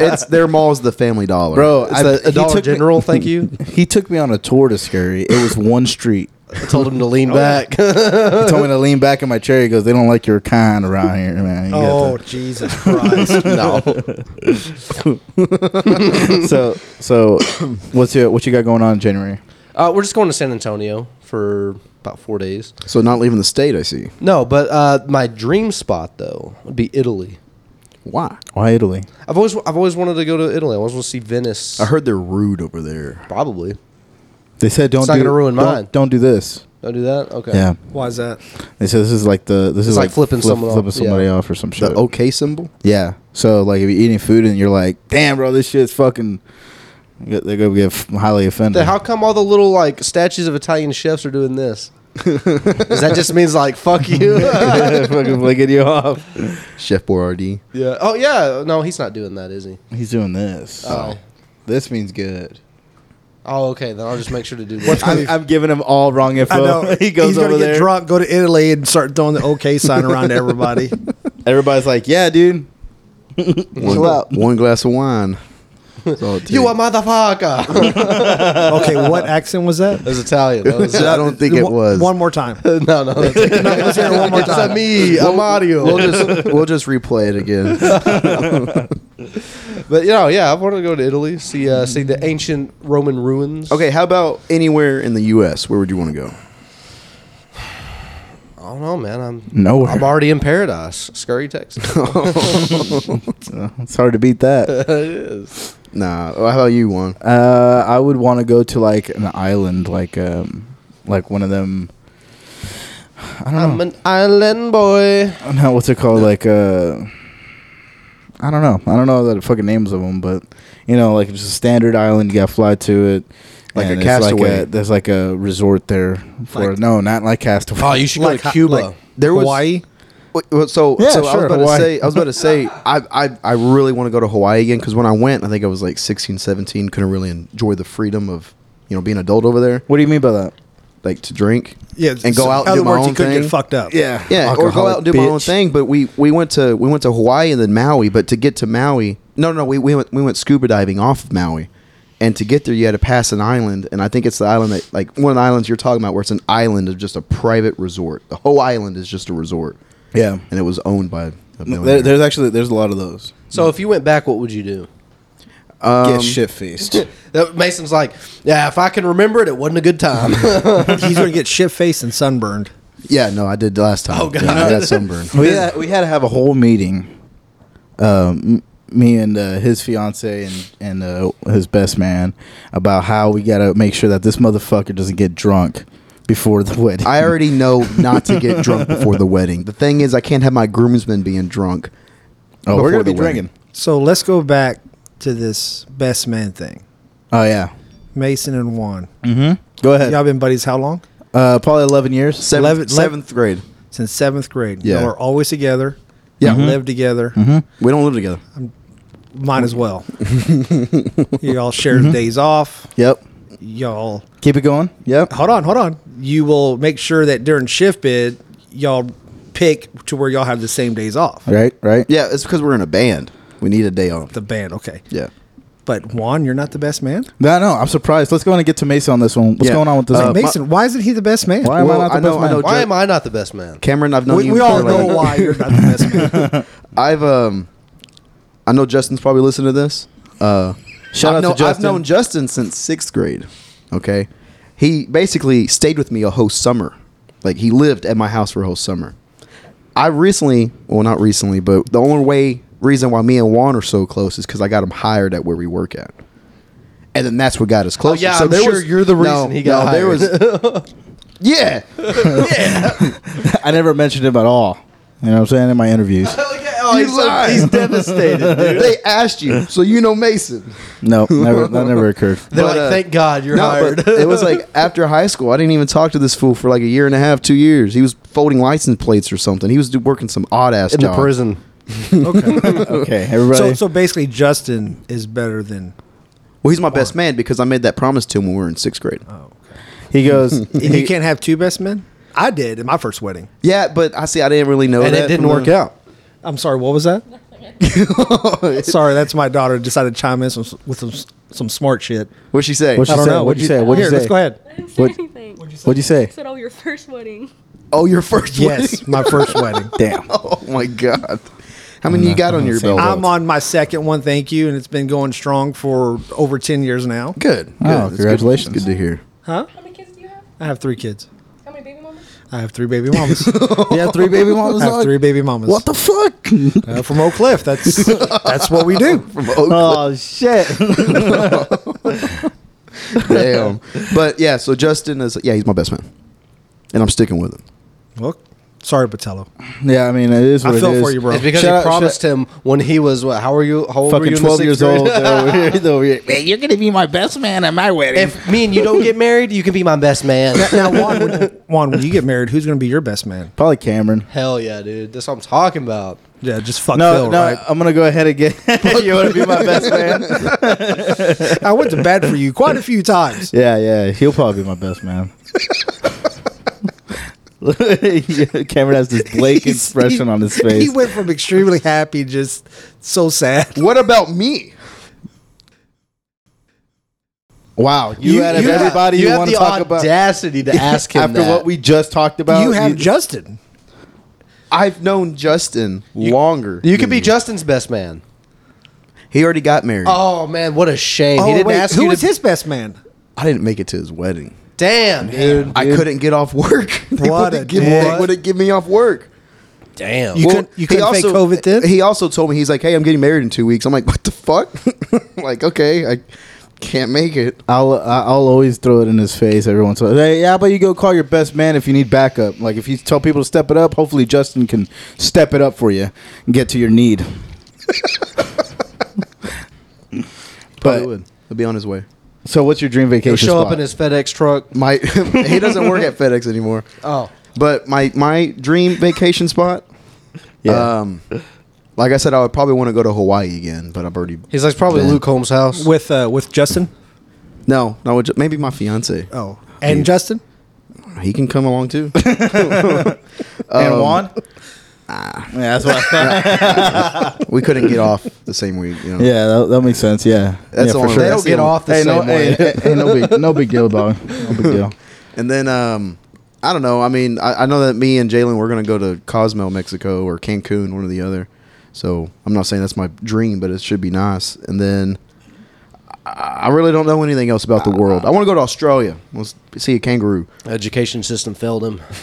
Speaker 3: it's their mall's the Family Dollar,
Speaker 2: Bro,
Speaker 4: it's
Speaker 2: I-
Speaker 4: the- the
Speaker 2: he
Speaker 4: Dollar
Speaker 2: took me-
Speaker 4: General. Thank you.
Speaker 2: He took me on a tour to Scurry. It was one street.
Speaker 4: I told him to
Speaker 2: Oh,
Speaker 4: lean back.
Speaker 2: He told me to lean back in my chair. He goes, "They don't like your kind around here, man." You got
Speaker 1: Oh, Jesus Christ.
Speaker 4: no.
Speaker 2: that. so so, what's your what you got going on in January?
Speaker 4: Uh, we're just going to San Antonio for about four days.
Speaker 3: So not leaving the state, I see.
Speaker 4: No, but uh, my dream spot though would be Italy.
Speaker 3: Why?
Speaker 2: Why Italy?
Speaker 4: I've always I've always wanted to go to Italy. I always want to see Venice.
Speaker 3: I heard they're rude over there.
Speaker 4: Probably.
Speaker 2: They said don't
Speaker 4: not
Speaker 2: do
Speaker 4: gonna ruin
Speaker 2: don't-
Speaker 4: mine.
Speaker 2: Don't do this.
Speaker 4: Don't do that. Okay.
Speaker 2: Yeah,
Speaker 5: Why is that?
Speaker 2: they said this is like the this is
Speaker 4: like flipping someone off,
Speaker 2: flipping somebody
Speaker 4: yeah.
Speaker 2: off or some shit.
Speaker 3: The OK symbol.
Speaker 2: Yeah. So like if you're eating food and you're like, damn, bro, this shit's fucking. They're gonna get f- highly offended.
Speaker 4: Then how come all the little like statues of Italian chefs are doing this? Does that just means like fuck you?
Speaker 2: fucking flicking you off.
Speaker 3: Chef Boyardee.
Speaker 4: yeah. Oh yeah. No, he's not doing that, is he?
Speaker 2: He's doing this.
Speaker 4: Oh.
Speaker 2: This means good.
Speaker 4: Oh, okay. Then I'll just make sure to do
Speaker 1: What's
Speaker 4: that.
Speaker 1: my-
Speaker 2: I'm, I'm giving him all wrong info.
Speaker 1: I know.
Speaker 2: he goes
Speaker 1: He's
Speaker 2: over
Speaker 1: gonna
Speaker 2: there.
Speaker 1: get drunk, go to Italy, and start throwing the OK sign around to everybody.
Speaker 2: Everybody's like, yeah, dude.
Speaker 3: One, one glass of wine. That's all it
Speaker 4: You a
Speaker 3: takes.
Speaker 4: motherfucker.
Speaker 1: Okay, what accent was that?
Speaker 4: That's Italian. That was,
Speaker 3: I don't think it
Speaker 1: One-
Speaker 3: was.
Speaker 1: One more time.
Speaker 4: no, no. That's,
Speaker 1: Let's hear it one more
Speaker 4: it's
Speaker 1: time.
Speaker 4: a me, a Mario.
Speaker 3: We'll just we'll just replay it again.
Speaker 4: But you know, yeah, I want to go to Italy, see uh, see the ancient Roman ruins.
Speaker 3: Okay, how about anywhere in the U.S.? Where would you want to go?
Speaker 4: I don't know, man. I'm
Speaker 2: Nowhere.
Speaker 4: I'm already in paradise, Scurry, Texas.
Speaker 2: it's hard to beat that.
Speaker 3: Nah, how about you, Juan?
Speaker 2: uh, I would want to go to like an island, like um, like one of them. I don't
Speaker 4: I'm
Speaker 2: know.
Speaker 4: an island boy.
Speaker 2: I don't know what's it called? Like uh, I don't know. I don't know the fucking names of them, but you know, like it's a standard island. You got to fly to it.
Speaker 3: Like a
Speaker 2: and it's Like
Speaker 3: Castaway.
Speaker 2: a, there's like a resort there for
Speaker 1: Like-
Speaker 2: no, not like Castaway.
Speaker 4: Oh, you should go
Speaker 1: Like
Speaker 4: to
Speaker 1: hot-
Speaker 4: Cuba.
Speaker 1: like-
Speaker 3: There was-
Speaker 1: Hawaii.
Speaker 3: Wait, well, so,
Speaker 2: Yeah,
Speaker 3: so I
Speaker 2: sure,
Speaker 3: was about
Speaker 2: Hawaii.
Speaker 3: to say, I was about to say, I, I, I really want to go to Hawaii again because when I went, I think I was like 16, 17, couldn't really enjoy the freedom of, you know, being an adult over there,
Speaker 2: What do you mean by that?
Speaker 3: like to drink,
Speaker 1: Yeah,
Speaker 3: and go
Speaker 1: so-
Speaker 3: out
Speaker 1: in
Speaker 3: and do
Speaker 1: other
Speaker 3: my
Speaker 1: words,
Speaker 3: own
Speaker 1: you couldn't
Speaker 3: thing.
Speaker 1: get fucked up.
Speaker 2: Yeah,
Speaker 3: Yeah, or go out and do my own
Speaker 2: Alcoholic bitch.
Speaker 3: thing. But we, we went to we went to Hawaii and then Maui. But to get to Maui, no, no, we we went we went scuba diving off of Maui, and to get there you had to pass an island, and I think it's the island that like one of the islands you're talking about where it's an island of just a private resort. The whole island is just a resort,
Speaker 2: Yeah,
Speaker 3: and it was owned by. A
Speaker 2: there,
Speaker 3: millionaire.
Speaker 2: there's actually there's a lot of those.
Speaker 4: So if you went back, what would you do?
Speaker 3: Um,
Speaker 2: Get shit faced.
Speaker 4: That- Mason's like, yeah, if I can remember it, it wasn't a good time.
Speaker 1: He's gonna get shit faced and sunburned.
Speaker 3: Yeah, no, I did last time.
Speaker 4: Oh, God.
Speaker 3: yeah, I got sunburned.
Speaker 2: we had, we had to have a whole meeting. Um, m- me and uh, his fiance and and uh, his best man about how we gotta make sure that this motherfucker doesn't get drunk before the wedding.
Speaker 3: I already know not to get drunk before the wedding. The thing is, I can't have my groomsmen being drunk.
Speaker 2: oh, we're
Speaker 3: before
Speaker 2: gonna
Speaker 3: the
Speaker 2: be
Speaker 3: wedding.
Speaker 2: drinking.
Speaker 1: So let's go back to this best man thing.
Speaker 2: Oh yeah.
Speaker 1: Mason and Juan.
Speaker 2: Mm-hmm. Go ahead.
Speaker 1: Y'all been buddies how long?
Speaker 2: Uh, probably eleven years.
Speaker 3: Seventh,
Speaker 1: Eleven-
Speaker 3: seventh grade.
Speaker 1: Since seventh grade.
Speaker 3: Yeah.
Speaker 1: Y'all are always together.
Speaker 3: Yeah. Mm-hmm.
Speaker 1: Y'all live together.
Speaker 3: We don't live together.
Speaker 1: Mine as well. Y'all share
Speaker 3: Mm-hmm.
Speaker 1: days off.
Speaker 2: Yep.
Speaker 1: Y'all
Speaker 2: Keep it going. Yep.
Speaker 1: hold on, hold on. You will make sure that during shift bid, y'all pick to where y'all have the same days off.
Speaker 2: Right. Right.
Speaker 3: Yeah, it's because we're in a band. We need a day off.
Speaker 1: The band, okay.
Speaker 3: Yeah.
Speaker 1: But Juan, you're not the best man.
Speaker 2: No, no. I'm surprised. Let's go in and get to Mason on this one. What's
Speaker 3: Yeah.
Speaker 2: going on with this?
Speaker 3: Uh,
Speaker 2: one?
Speaker 3: Ma-
Speaker 1: Mason, why isn't he the best man?
Speaker 2: Why am
Speaker 3: Well,
Speaker 2: I not the
Speaker 3: I know-
Speaker 2: best
Speaker 3: I
Speaker 2: man?
Speaker 3: know-
Speaker 4: Why
Speaker 3: Joe-
Speaker 4: am I not the best man?
Speaker 3: Cameron, I've known
Speaker 1: We,
Speaker 3: you
Speaker 1: we all
Speaker 3: for like-
Speaker 1: know why you're not the best man.
Speaker 3: I've um, I know Justin's probably listening to this. Uh,
Speaker 2: Shout
Speaker 3: I've
Speaker 2: out to
Speaker 3: know-
Speaker 2: Justin.
Speaker 3: I've known Justin since sixth grade. Okay, he basically stayed with me a whole summer. Like he lived at my house for a whole summer. I recently, well, not recently, but the only way reason why me and Juan are so close is because I got him hired at where we work at. And then that's what got us closer.
Speaker 4: yeah, I'm sure you're the reason he got
Speaker 3: There was, yeah,
Speaker 2: I never mentioned him at all. You know what I'm saying in my interviews.
Speaker 4: Oh, yeah,
Speaker 3: Oh,
Speaker 2: You
Speaker 3: he's, so-
Speaker 2: lied.
Speaker 3: he's devastated. dude. they asked you, so you know Mason.
Speaker 2: No, never, that never occurred.
Speaker 4: They're
Speaker 3: But,
Speaker 4: like,
Speaker 3: uh,
Speaker 4: thank God you're
Speaker 3: No,
Speaker 4: hired.
Speaker 3: but it was like after high school, I didn't even talk to this fool for like a year and a half, two years. He was folding license plates or something. He was do- working some odd ass
Speaker 4: in the
Speaker 3: job.
Speaker 4: prison.
Speaker 2: Okay, everybody.
Speaker 1: So, so basically, Justin is better than.
Speaker 3: Well, he's my best man because I made that promise to him when we were in sixth grade.
Speaker 4: Oh.
Speaker 2: he goes.
Speaker 1: And
Speaker 2: he-
Speaker 1: you can't have two best men. I did in my first wedding.
Speaker 3: Yeah, but I see. I didn't really know,
Speaker 4: And
Speaker 3: that
Speaker 4: it didn't
Speaker 3: from
Speaker 4: work
Speaker 3: the-
Speaker 4: out.
Speaker 1: I'm sorry. What was that? sorry, that's my daughter decided to chime in some, with some some smart shit.
Speaker 3: What'd she say?
Speaker 2: What'd she
Speaker 1: I don't
Speaker 2: say?
Speaker 1: know.
Speaker 2: What'd you say? What'd you
Speaker 1: Here, let's
Speaker 2: say?
Speaker 1: go ahead.
Speaker 6: I didn't say
Speaker 2: What-
Speaker 6: anything. What'd you
Speaker 2: What'd you say?
Speaker 6: said, oh, your first wedding.
Speaker 3: Oh, your first
Speaker 1: Yes,
Speaker 3: wedding.
Speaker 1: my first wedding.
Speaker 2: Damn.
Speaker 3: Oh my god. How many you got on your
Speaker 2: saying
Speaker 3: belt?
Speaker 1: I'm on my second one, thank you, and it's been going strong for over ten years now.
Speaker 3: Good. good.
Speaker 2: Oh,
Speaker 3: It's good-
Speaker 2: congratulations.
Speaker 3: it's Good, to hear.
Speaker 1: Huh?
Speaker 6: How many kids do you have?
Speaker 1: I have three kids.
Speaker 6: How many baby mamas?
Speaker 1: I have three baby mamas.
Speaker 2: You have three baby mamas.
Speaker 1: I have
Speaker 2: dog?
Speaker 1: three baby mamas.
Speaker 2: What the fuck?
Speaker 1: Uh, from Oak Cliff. That's that's what we do.
Speaker 2: oh shit.
Speaker 3: Damn. but yeah, so Justin is yeah, he's my best man, and I'm sticking with him.
Speaker 1: Look, sorry, Patello.
Speaker 2: yeah, I mean it is what
Speaker 1: I
Speaker 2: it
Speaker 1: feel
Speaker 2: is.
Speaker 1: for you, bro.
Speaker 4: It's because
Speaker 2: Shout
Speaker 4: you
Speaker 2: out-
Speaker 4: promised him when he was what? How are you? How old were
Speaker 2: Fucking
Speaker 4: you? in the
Speaker 2: twelve years
Speaker 4: sixth grade?
Speaker 2: old. though, though, Man, you're gonna be my best man at my wedding.
Speaker 4: if me and you don't get married, you can be my best man.
Speaker 1: Now, Juan, when, Juan, when you get married, who's going to be your best man?
Speaker 2: Probably Cameron.
Speaker 4: Hell yeah, dude. That's what I'm talking about.
Speaker 1: Yeah, just fuck
Speaker 2: No,
Speaker 1: Phil,
Speaker 2: no,
Speaker 1: right?
Speaker 2: I'm gonna go ahead again. you want to be my best man?
Speaker 1: I went to bat for you quite a few times.
Speaker 2: Yeah, yeah, he'll probably be my best man. Yeah, Cameron has this blank
Speaker 1: He's-
Speaker 2: expression on his face.
Speaker 1: He went from extremely happy, just so sad.
Speaker 3: What about me? Wow,
Speaker 2: you, out of
Speaker 4: you have-
Speaker 2: everybody
Speaker 4: you
Speaker 2: you,
Speaker 4: have
Speaker 2: want to
Speaker 4: the
Speaker 2: talk about
Speaker 4: audacity to ask him
Speaker 2: after
Speaker 4: that.
Speaker 2: what we just talked about.
Speaker 1: you have Justin.
Speaker 3: I've known Justin longer.
Speaker 4: You
Speaker 3: than
Speaker 4: could be Justin's best man.
Speaker 3: He already got married.
Speaker 4: Oh man, what a shame. he didn't
Speaker 1: Oh, wait,
Speaker 4: ask
Speaker 1: who
Speaker 4: you
Speaker 1: was
Speaker 4: to,
Speaker 1: his best man?
Speaker 3: I didn't make it to his wedding.
Speaker 4: Damn, dude.
Speaker 3: I couldn't get off work. they
Speaker 1: What a
Speaker 3: wouldn't give,
Speaker 1: dick.
Speaker 3: they wouldn't give me off work.
Speaker 4: Damn.
Speaker 1: You couldn't-
Speaker 3: he
Speaker 1: couldn't fake COVID then?
Speaker 3: He also told me he's like, "Hey, I'm getting married in two weeks." I'm like, "What the fuck?" I'm like, okay, I can't make it.
Speaker 2: I'll I- I'll always throw it in his face every once in a while. Hey, how about you go call your best man if you need backup? Like if you tell people to step it up, hopefully Justin can step it up for you and get to your need.
Speaker 3: Probably
Speaker 2: but
Speaker 3: would. He'll be on his way.
Speaker 2: so, what's your dream
Speaker 4: He'll
Speaker 2: vacation?
Speaker 4: show up
Speaker 2: spot?
Speaker 4: in his FedEx truck.
Speaker 3: My he doesn't work at FedEx anymore.
Speaker 4: Oh.
Speaker 3: But my my dream vacation spot.
Speaker 2: yeah.
Speaker 3: Um, like I said, I would probably want to go to Hawaii again, but I've already
Speaker 4: He's like probably Luke Holmes' house.
Speaker 1: With uh, with Justin?
Speaker 3: no, no, with ju- maybe my fiance.
Speaker 1: Oh, and Justin?
Speaker 3: He can come along too.
Speaker 2: and Juan. yeah, that's what I thought.
Speaker 3: we couldn't get off the same week. You know?
Speaker 2: yeah, that, that makes sense. Yeah,
Speaker 3: That's
Speaker 2: yeah,
Speaker 3: the only-
Speaker 4: They
Speaker 3: that's
Speaker 4: don't
Speaker 3: the
Speaker 4: get
Speaker 3: only-
Speaker 4: off the
Speaker 2: hey,
Speaker 4: same
Speaker 2: no,
Speaker 4: way.
Speaker 2: hey, hey, hey, no big, no big deal, dog. No big deal.
Speaker 3: And then um, I don't know. I mean, I, I know that me and Jalen we're gonna go to Cozumel, Mexico, or Cancun, one or the other. So I'm not saying that's my dream, but it should be nice. And then I, I really don't know anything else about the world. I want to go to Australia. Let's see a kangaroo.
Speaker 4: Education system failed him.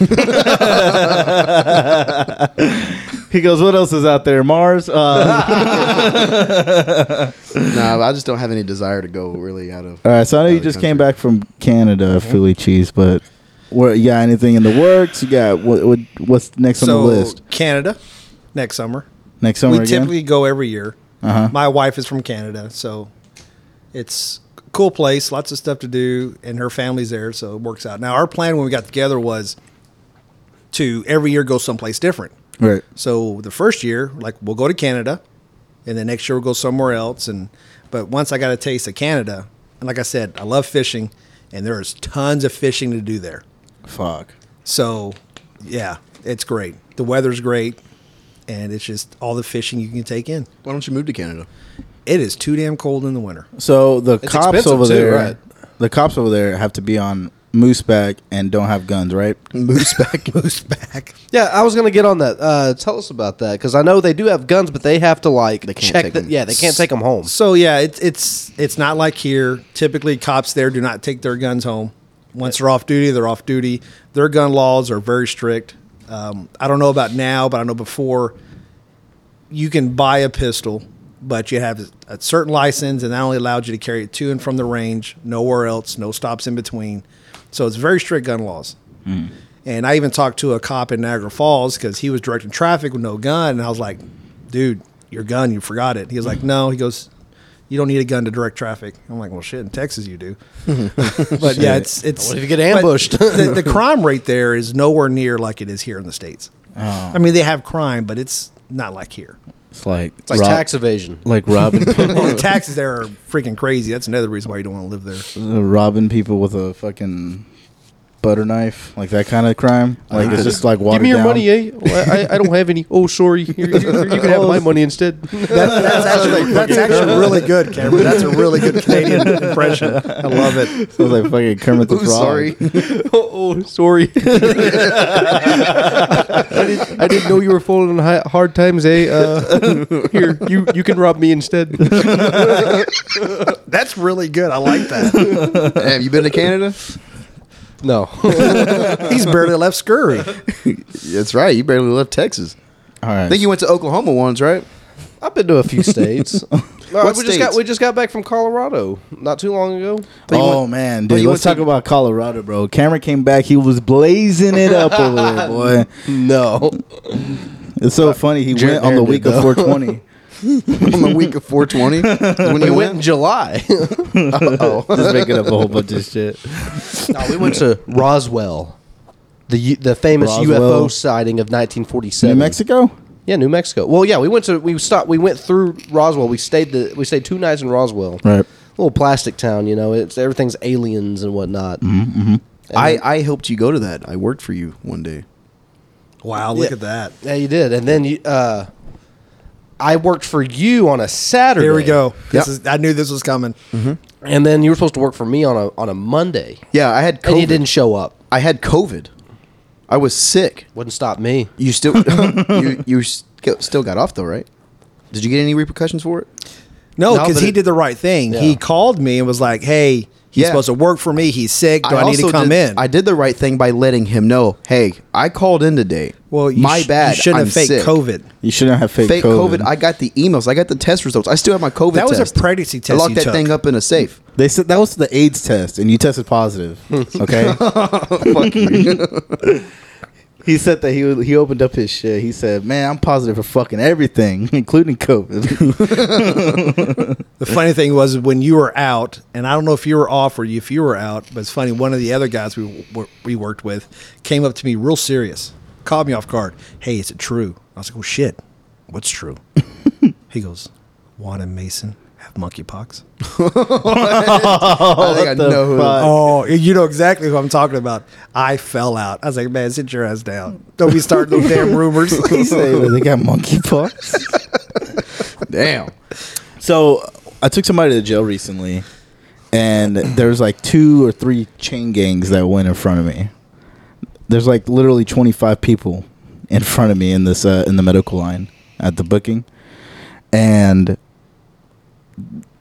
Speaker 2: He goes, "What else is out there? Mars." Uh,
Speaker 3: no, I just don't have any desire to go really out of.
Speaker 2: All right, so I know you just came back from Canada,
Speaker 1: Mm-hmm.
Speaker 2: Philly cheese, but what you got anything in the works? You got what, what what's next on the list?
Speaker 1: Canada next summer.
Speaker 2: Next summer
Speaker 1: we
Speaker 2: again.
Speaker 1: typically go every year.
Speaker 2: Uh-huh.
Speaker 1: My wife is from Canada, so it's a cool place, lots of stuff to do, and her family's there, so it works out. Now, our plan when we got together was to every year go someplace different.
Speaker 2: right.
Speaker 1: So the first year, like we'll go to Canada, and then next year we'll go somewhere else. And but once I got a taste of Canada, and like I said, I love fishing, and there is tons of fishing to do there.
Speaker 2: Fuck.
Speaker 1: So, yeah, it's great. The weather's great, and it's just all the fishing you can take in.
Speaker 3: Why don't you move to Canada?
Speaker 1: It is too damn cold in the winter.
Speaker 2: So the cops
Speaker 1: expensive
Speaker 2: over
Speaker 1: too,
Speaker 2: there,
Speaker 1: right?
Speaker 2: the cops over there have to be on mooseback and don't have guns, right?
Speaker 3: Moose back.
Speaker 1: Moose back.
Speaker 4: Yeah, I was gonna get on that. Uh, tell us about that because I know they do have guns, but they have to like they
Speaker 3: can't
Speaker 4: check.
Speaker 3: take
Speaker 4: the-
Speaker 3: them.
Speaker 4: Yeah, they can't take them home.
Speaker 1: So yeah, it's it's it's not like here. Typically, cops there do not take their guns home. Once they're off duty, they're off duty. Their gun laws are very strict. Um, I don't know about now, but I know before you can buy a pistol, but you have a certain license, and that only allowed you to carry it to and from the range, nowhere else, no stops in between. So it's very strict gun laws.
Speaker 4: Hmm.
Speaker 1: And I even talked to a cop in Niagara Falls because he was directing traffic with no gun, and I was like, dude, your gun, you forgot it. He was like, no. He goes, you don't need a gun to direct traffic. I'm like, well, shit, in Texas you do. but yeah, it's it's.
Speaker 4: What if you get
Speaker 1: but
Speaker 4: ambushed?
Speaker 1: the, the crime rate there is nowhere near like it is here in the states.
Speaker 4: Oh.
Speaker 1: I mean, they have crime, but it's not like here.
Speaker 2: It's like
Speaker 4: It's like
Speaker 2: Rob-
Speaker 4: tax evasion.
Speaker 2: like robbing people,
Speaker 1: the taxes there are freaking crazy. That's another reason why you don't want to live there.
Speaker 2: robbing people with a fucking butter knife, like that kind of crime. Like it's just like watered
Speaker 4: Give me your
Speaker 2: down.
Speaker 4: money, eh? Well, I, I don't have any. Oh, sorry. Here, you, you can have my money instead.
Speaker 1: that's actually that's actually really good, Cameron. That's a really good Canadian impression. I love it.
Speaker 2: Sounds like fucking Kermit the Frog.
Speaker 3: sorry.
Speaker 4: oh, oh, sorry. I, didn't, I didn't know you were falling on hi- hard times, eh? Uh, here, you, you can rob me instead.
Speaker 1: That's really good. I like that.
Speaker 3: Have you been to Canada?
Speaker 4: No.
Speaker 1: He's barely left Scurry.
Speaker 3: That's right. You barely left Texas.
Speaker 2: All right.
Speaker 3: I think you went to Oklahoma once, right?
Speaker 4: I've been to a few states. we just got
Speaker 3: states?
Speaker 4: we just got back from Colorado not too long ago.
Speaker 2: oh man, dude,
Speaker 3: you
Speaker 2: let's
Speaker 3: went
Speaker 2: talk about Colorado, bro. Cameron came back; he was blazing it up over there, boy.
Speaker 4: No,
Speaker 2: It's so funny. He
Speaker 4: Jared
Speaker 2: went on the
Speaker 4: Barrett
Speaker 2: week
Speaker 4: did,
Speaker 2: of 420.
Speaker 3: On the week of 420 when
Speaker 4: we
Speaker 3: you
Speaker 4: went in
Speaker 3: went.
Speaker 4: July.
Speaker 2: Oh. just making up a whole bunch of shit.
Speaker 4: no, we went to Roswell, the U- the famous
Speaker 2: Roswell.
Speaker 4: UFO sighting of 1947.
Speaker 2: New Mexico?
Speaker 4: Yeah, New Mexico. Well, yeah, we went to we stopped we went through Roswell. We stayed the we stayed two nights in Roswell.
Speaker 2: Right.
Speaker 4: Little plastic town, you know. It's everything's aliens and whatnot.
Speaker 3: Mm-hmm. I, I helped you go to that. I worked for you one day.
Speaker 1: Wow, look
Speaker 4: Yeah.
Speaker 1: at that.
Speaker 4: Yeah, you did. And then you uh I worked for you on a Saturday.
Speaker 1: Here we go. This
Speaker 3: Yeah.
Speaker 1: is, I knew this was coming.
Speaker 4: And then you were supposed to work for me on a on a Monday.
Speaker 3: Yeah, I had COVID.
Speaker 4: And you didn't show up.
Speaker 3: I had COVID. I was sick.
Speaker 4: Wouldn't stop me.
Speaker 3: You still you you s- get- still got off though, right? Did you get any repercussions for it?
Speaker 1: No,
Speaker 4: No,
Speaker 1: because
Speaker 4: but
Speaker 1: he
Speaker 4: it-
Speaker 1: did the right thing.
Speaker 4: Yeah.
Speaker 1: He called me and was like, "Hey, he's
Speaker 3: Yeah.
Speaker 1: supposed to work for me. He's sick. Do I, need to
Speaker 3: also
Speaker 1: come
Speaker 3: did-
Speaker 1: in?"
Speaker 3: I did the right thing by letting him know. Hey, I called in today.
Speaker 1: well, you
Speaker 3: my
Speaker 1: sh-
Speaker 3: bad.
Speaker 1: You shouldn't
Speaker 3: I'm
Speaker 1: have faked
Speaker 3: sick.
Speaker 1: COVID.
Speaker 2: You shouldn't have fake,
Speaker 3: Fake COVID. I got the emails. I got the test results. I still have my COVID.
Speaker 1: That was a
Speaker 3: test.
Speaker 1: pregnancy test
Speaker 3: I locked
Speaker 1: you
Speaker 3: that
Speaker 1: took.
Speaker 3: thing up in a safe.
Speaker 2: they said that was the AIDS test, and you tested positive. Okay.
Speaker 3: Fuck you.
Speaker 2: he said that he he opened up his shit. He said, "Man, I'm positive for fucking everything, including COVID."
Speaker 1: The funny thing was when you were out, and I don't know if you were off or if you were out, but it's funny. One of the other guys we wor- we worked with came up to me real serious, called me off guard. Hey, is it true? I was like, "Oh shit, what's true?" he goes, "Juan and Mason have monkeypox."
Speaker 3: I think I
Speaker 2: the
Speaker 3: know who.
Speaker 2: fuck?
Speaker 1: Oh, you know exactly who I'm talking about. I fell out. I was like, "Man, sit your ass down. Don't be starting those damn rumors."
Speaker 2: he said "Well, they got monkeypox.
Speaker 3: Damn.
Speaker 2: So I took somebody to jail recently, and there's like two or three chain gangs that went in front of me. There's like literally 25 people in front of me in this uh, in the medical line at the booking, and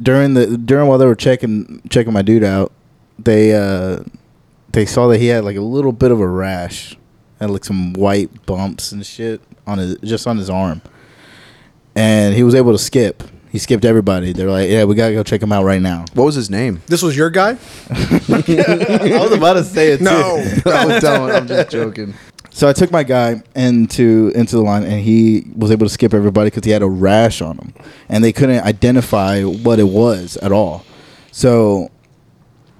Speaker 2: during the during while they were checking checking my dude out, they uh, they saw that he had like a little bit of a rash and like some white bumps and shit on his just on his arm and he was able to skip. He skipped everybody. They're like, "Yeah, we gotta go check him out right now."
Speaker 3: What was his name?
Speaker 1: This was your guy.
Speaker 2: I was about to say it.
Speaker 1: No.
Speaker 3: No, don't. I'm just joking.
Speaker 2: So I took my guy into into the line, and he was able to skip everybody because he had a rash on him, and they couldn't identify what it was at all. So,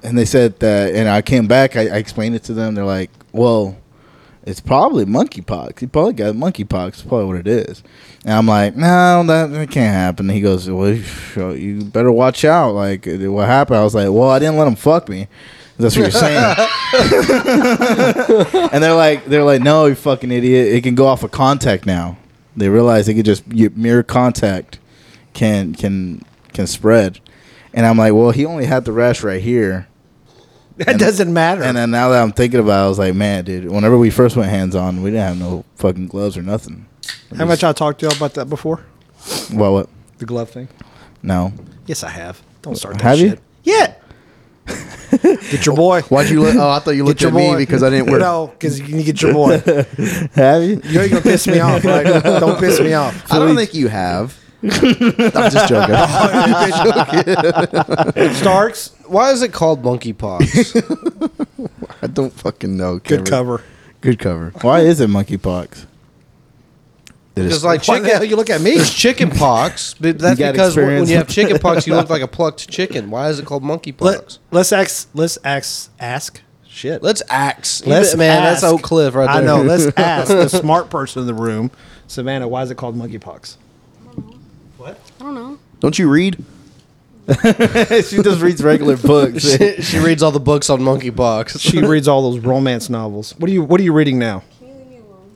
Speaker 2: and they said that, and I came back. I, I explained it to them. They're like, "Well, it's probably monkeypox. He probably got monkeypox. It's probably what it is." And I'm like, "No, that, that can't happen." And he goes, "Well, you- you better watch out. Like, what happened?" I was like, "Well, I didn't let him fuck me." That's what you're saying. and they're like, they're like, no, you fucking idiot! It can go off of contact now. They realize they could just y- mere contact can can can spread. And I'm like, well, he only had the rash right here.
Speaker 1: That doesn't matter.
Speaker 2: And then now that I'm thinking about, it, I was like, man, dude. Whenever we first went hands on, we didn't have no fucking gloves or nothing.
Speaker 1: How much I talked to y'all about that before?
Speaker 2: Well, what?
Speaker 1: The glove thing.
Speaker 2: No.
Speaker 1: Yes, I have. Don't start that
Speaker 2: Have you?
Speaker 1: shit. Yeah. get your boy.
Speaker 3: Why'd you look? Oh, I thought you looked
Speaker 1: Get your
Speaker 3: at me
Speaker 1: boy.
Speaker 3: because I didn't work.
Speaker 1: No, because you can get your boy.
Speaker 2: Have you?
Speaker 1: You ain't gonna piss me off. Like, don't piss me off.
Speaker 3: I don't think you have. I'm just joking.
Speaker 1: Starks.
Speaker 4: Why is it called monkeypox?
Speaker 3: I don't fucking know.
Speaker 1: Good
Speaker 3: Cameron.
Speaker 1: cover.
Speaker 3: Good cover.
Speaker 2: Why is it monkeypox?
Speaker 3: That
Speaker 4: Because
Speaker 3: is
Speaker 4: like
Speaker 1: Why
Speaker 4: chicken,
Speaker 1: the hell you look at me?
Speaker 4: there's chicken pox. But that's
Speaker 3: got
Speaker 4: because when- when
Speaker 3: experience
Speaker 4: you have
Speaker 3: with-
Speaker 4: chicken pox, you look like a plucked chicken. Why is it called monkey
Speaker 1: Let,
Speaker 4: pox?
Speaker 1: let's ask. Let's ask. Ask. Shit.
Speaker 4: Let, us axe. You
Speaker 1: Let's
Speaker 4: bet- man, that's
Speaker 1: ask-
Speaker 4: Oak Cliff right
Speaker 1: I
Speaker 4: there.
Speaker 1: know. Let's ask the smart person in the room, Savannah. Why is it called monkeypox?
Speaker 6: I don't know.
Speaker 3: Don't you read?
Speaker 2: she just reads regular books.
Speaker 4: she, she reads all the books on monkey pox.
Speaker 1: She reads all those romance novels. What are you What are you reading now?
Speaker 6: Can you leave me alone?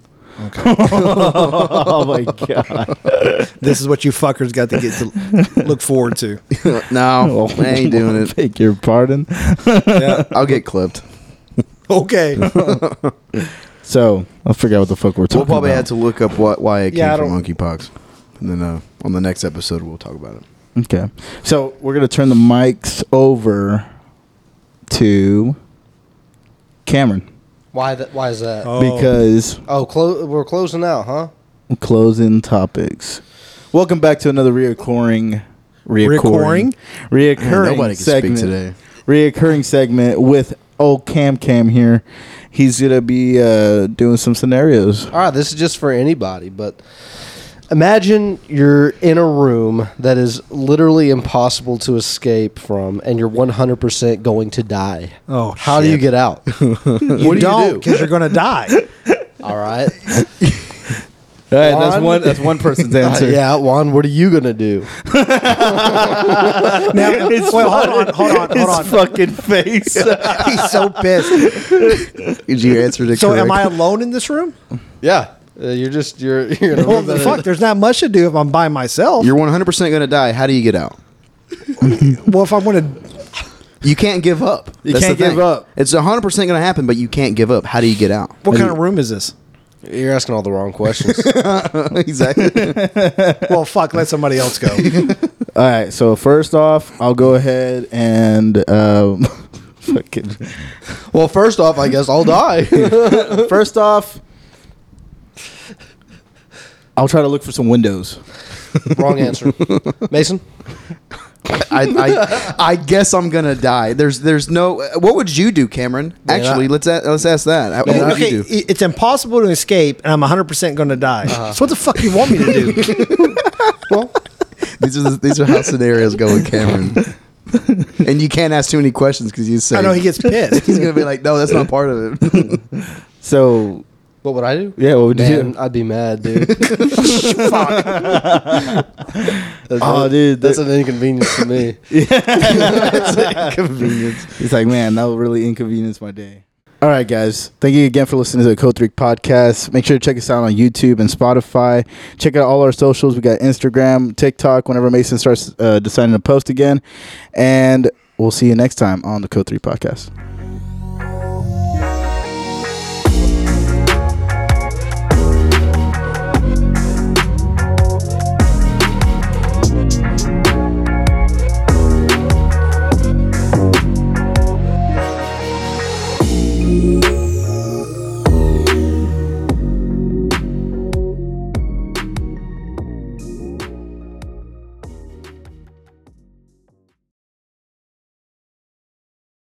Speaker 2: oh my god!
Speaker 1: This is what you fuckers got to get to look forward to.
Speaker 4: Oh
Speaker 3: no, I ain't doing it.
Speaker 2: Beg your pardon.
Speaker 1: Yeah.
Speaker 3: I'll get clipped.
Speaker 1: Okay.
Speaker 2: So I forgot what the fuck we're talking
Speaker 3: We'll probably
Speaker 2: about.
Speaker 3: have to look up what why it
Speaker 1: Yeah, I
Speaker 3: came from
Speaker 1: don't-
Speaker 3: monkeypox, and then uh, on the next episode we'll talk about it.
Speaker 2: Okay. So we're gonna turn the mics over to Cameron
Speaker 4: Why that? Why is that? Oh,
Speaker 2: because
Speaker 4: clo- we're closing out, huh?
Speaker 2: closing topics. Welcome back to another reoccurring, reoccurring, reoccurring,
Speaker 3: Nobody can
Speaker 2: segment.
Speaker 3: speak today.
Speaker 2: Reoccurring segment with old Cam Cam here. He's gonna be uh, doing some scenarios.
Speaker 4: All right, this is just for anybody, but imagine you're in a room that is literally impossible to escape from, and you're 100% going to die.
Speaker 1: Oh,
Speaker 4: how do you
Speaker 1: shit.
Speaker 4: get out?
Speaker 1: you
Speaker 4: do you
Speaker 1: not
Speaker 4: do?
Speaker 1: because you're gonna die.
Speaker 4: All right,
Speaker 2: All right, that's
Speaker 4: Juan?
Speaker 2: one. Uh, That's one person's answer.
Speaker 4: Uh, yeah, Juan, what are you gonna do?
Speaker 1: Now, well, hold on, hold on, hold on.
Speaker 2: fucking face.
Speaker 1: He's so pissed.
Speaker 3: Did you answer it?
Speaker 1: So, am I
Speaker 3: correct?
Speaker 1: alone in this room?
Speaker 4: Yeah, uh, you're just you're you're. In a
Speaker 1: Well,
Speaker 4: room that
Speaker 1: fuck.
Speaker 4: is-
Speaker 1: There's not much to do if I'm by myself.
Speaker 3: You're 100 percent going to die. How do you get out?
Speaker 1: well, if I'm gonna,
Speaker 3: You can't give up.
Speaker 2: You can't
Speaker 3: the
Speaker 2: give up.
Speaker 3: It's 100 percent going to happen, but you can't give up. How do you get out?
Speaker 1: what kind of room is this?
Speaker 4: You're asking all the wrong questions.
Speaker 3: exactly.
Speaker 1: Well, fuck. Let somebody else go.
Speaker 2: All right, so first off, I'll go ahead and um, fucking.
Speaker 4: well, first off, I guess I'll die.
Speaker 2: First off, I'll try to look for some windows.
Speaker 4: wrong answer, Mason.
Speaker 3: I, I, I guess I'm gonna die. There's there's no. What would you do, Cameron?
Speaker 4: Man,
Speaker 3: Actually,
Speaker 4: I-
Speaker 3: let's a, let's ask that. What would
Speaker 1: okay,
Speaker 3: you do?
Speaker 1: i- it's impossible to escape, and I'm 100 percent gonna die.
Speaker 3: Uh-huh.
Speaker 1: So, what the fuck you want me to do?
Speaker 4: Well,
Speaker 3: These are the, these are how scenarios go with Cameron. and you can't ask too many questions because you say
Speaker 1: I know he gets pissed.
Speaker 3: he's gonna be like, no, that's not part of it.
Speaker 2: So
Speaker 4: what would I do?
Speaker 2: yeah, what would you
Speaker 4: Man,
Speaker 2: do?
Speaker 4: I'd be mad, dude. That's
Speaker 2: Oh,
Speaker 4: an-
Speaker 2: dude,
Speaker 4: that's
Speaker 2: that-
Speaker 4: an inconvenience to me.
Speaker 3: Convenience.
Speaker 2: It's like, man, that will really inconvenience my day. All right, guys. Thank you again for listening to the Code 3 podcast. Make sure to check us out on YouTube and Spotify. Check out all our socials. We got Instagram, TikTok, whenever Mason starts uh, deciding to post again. And we'll see you next time on the Code 3 podcast.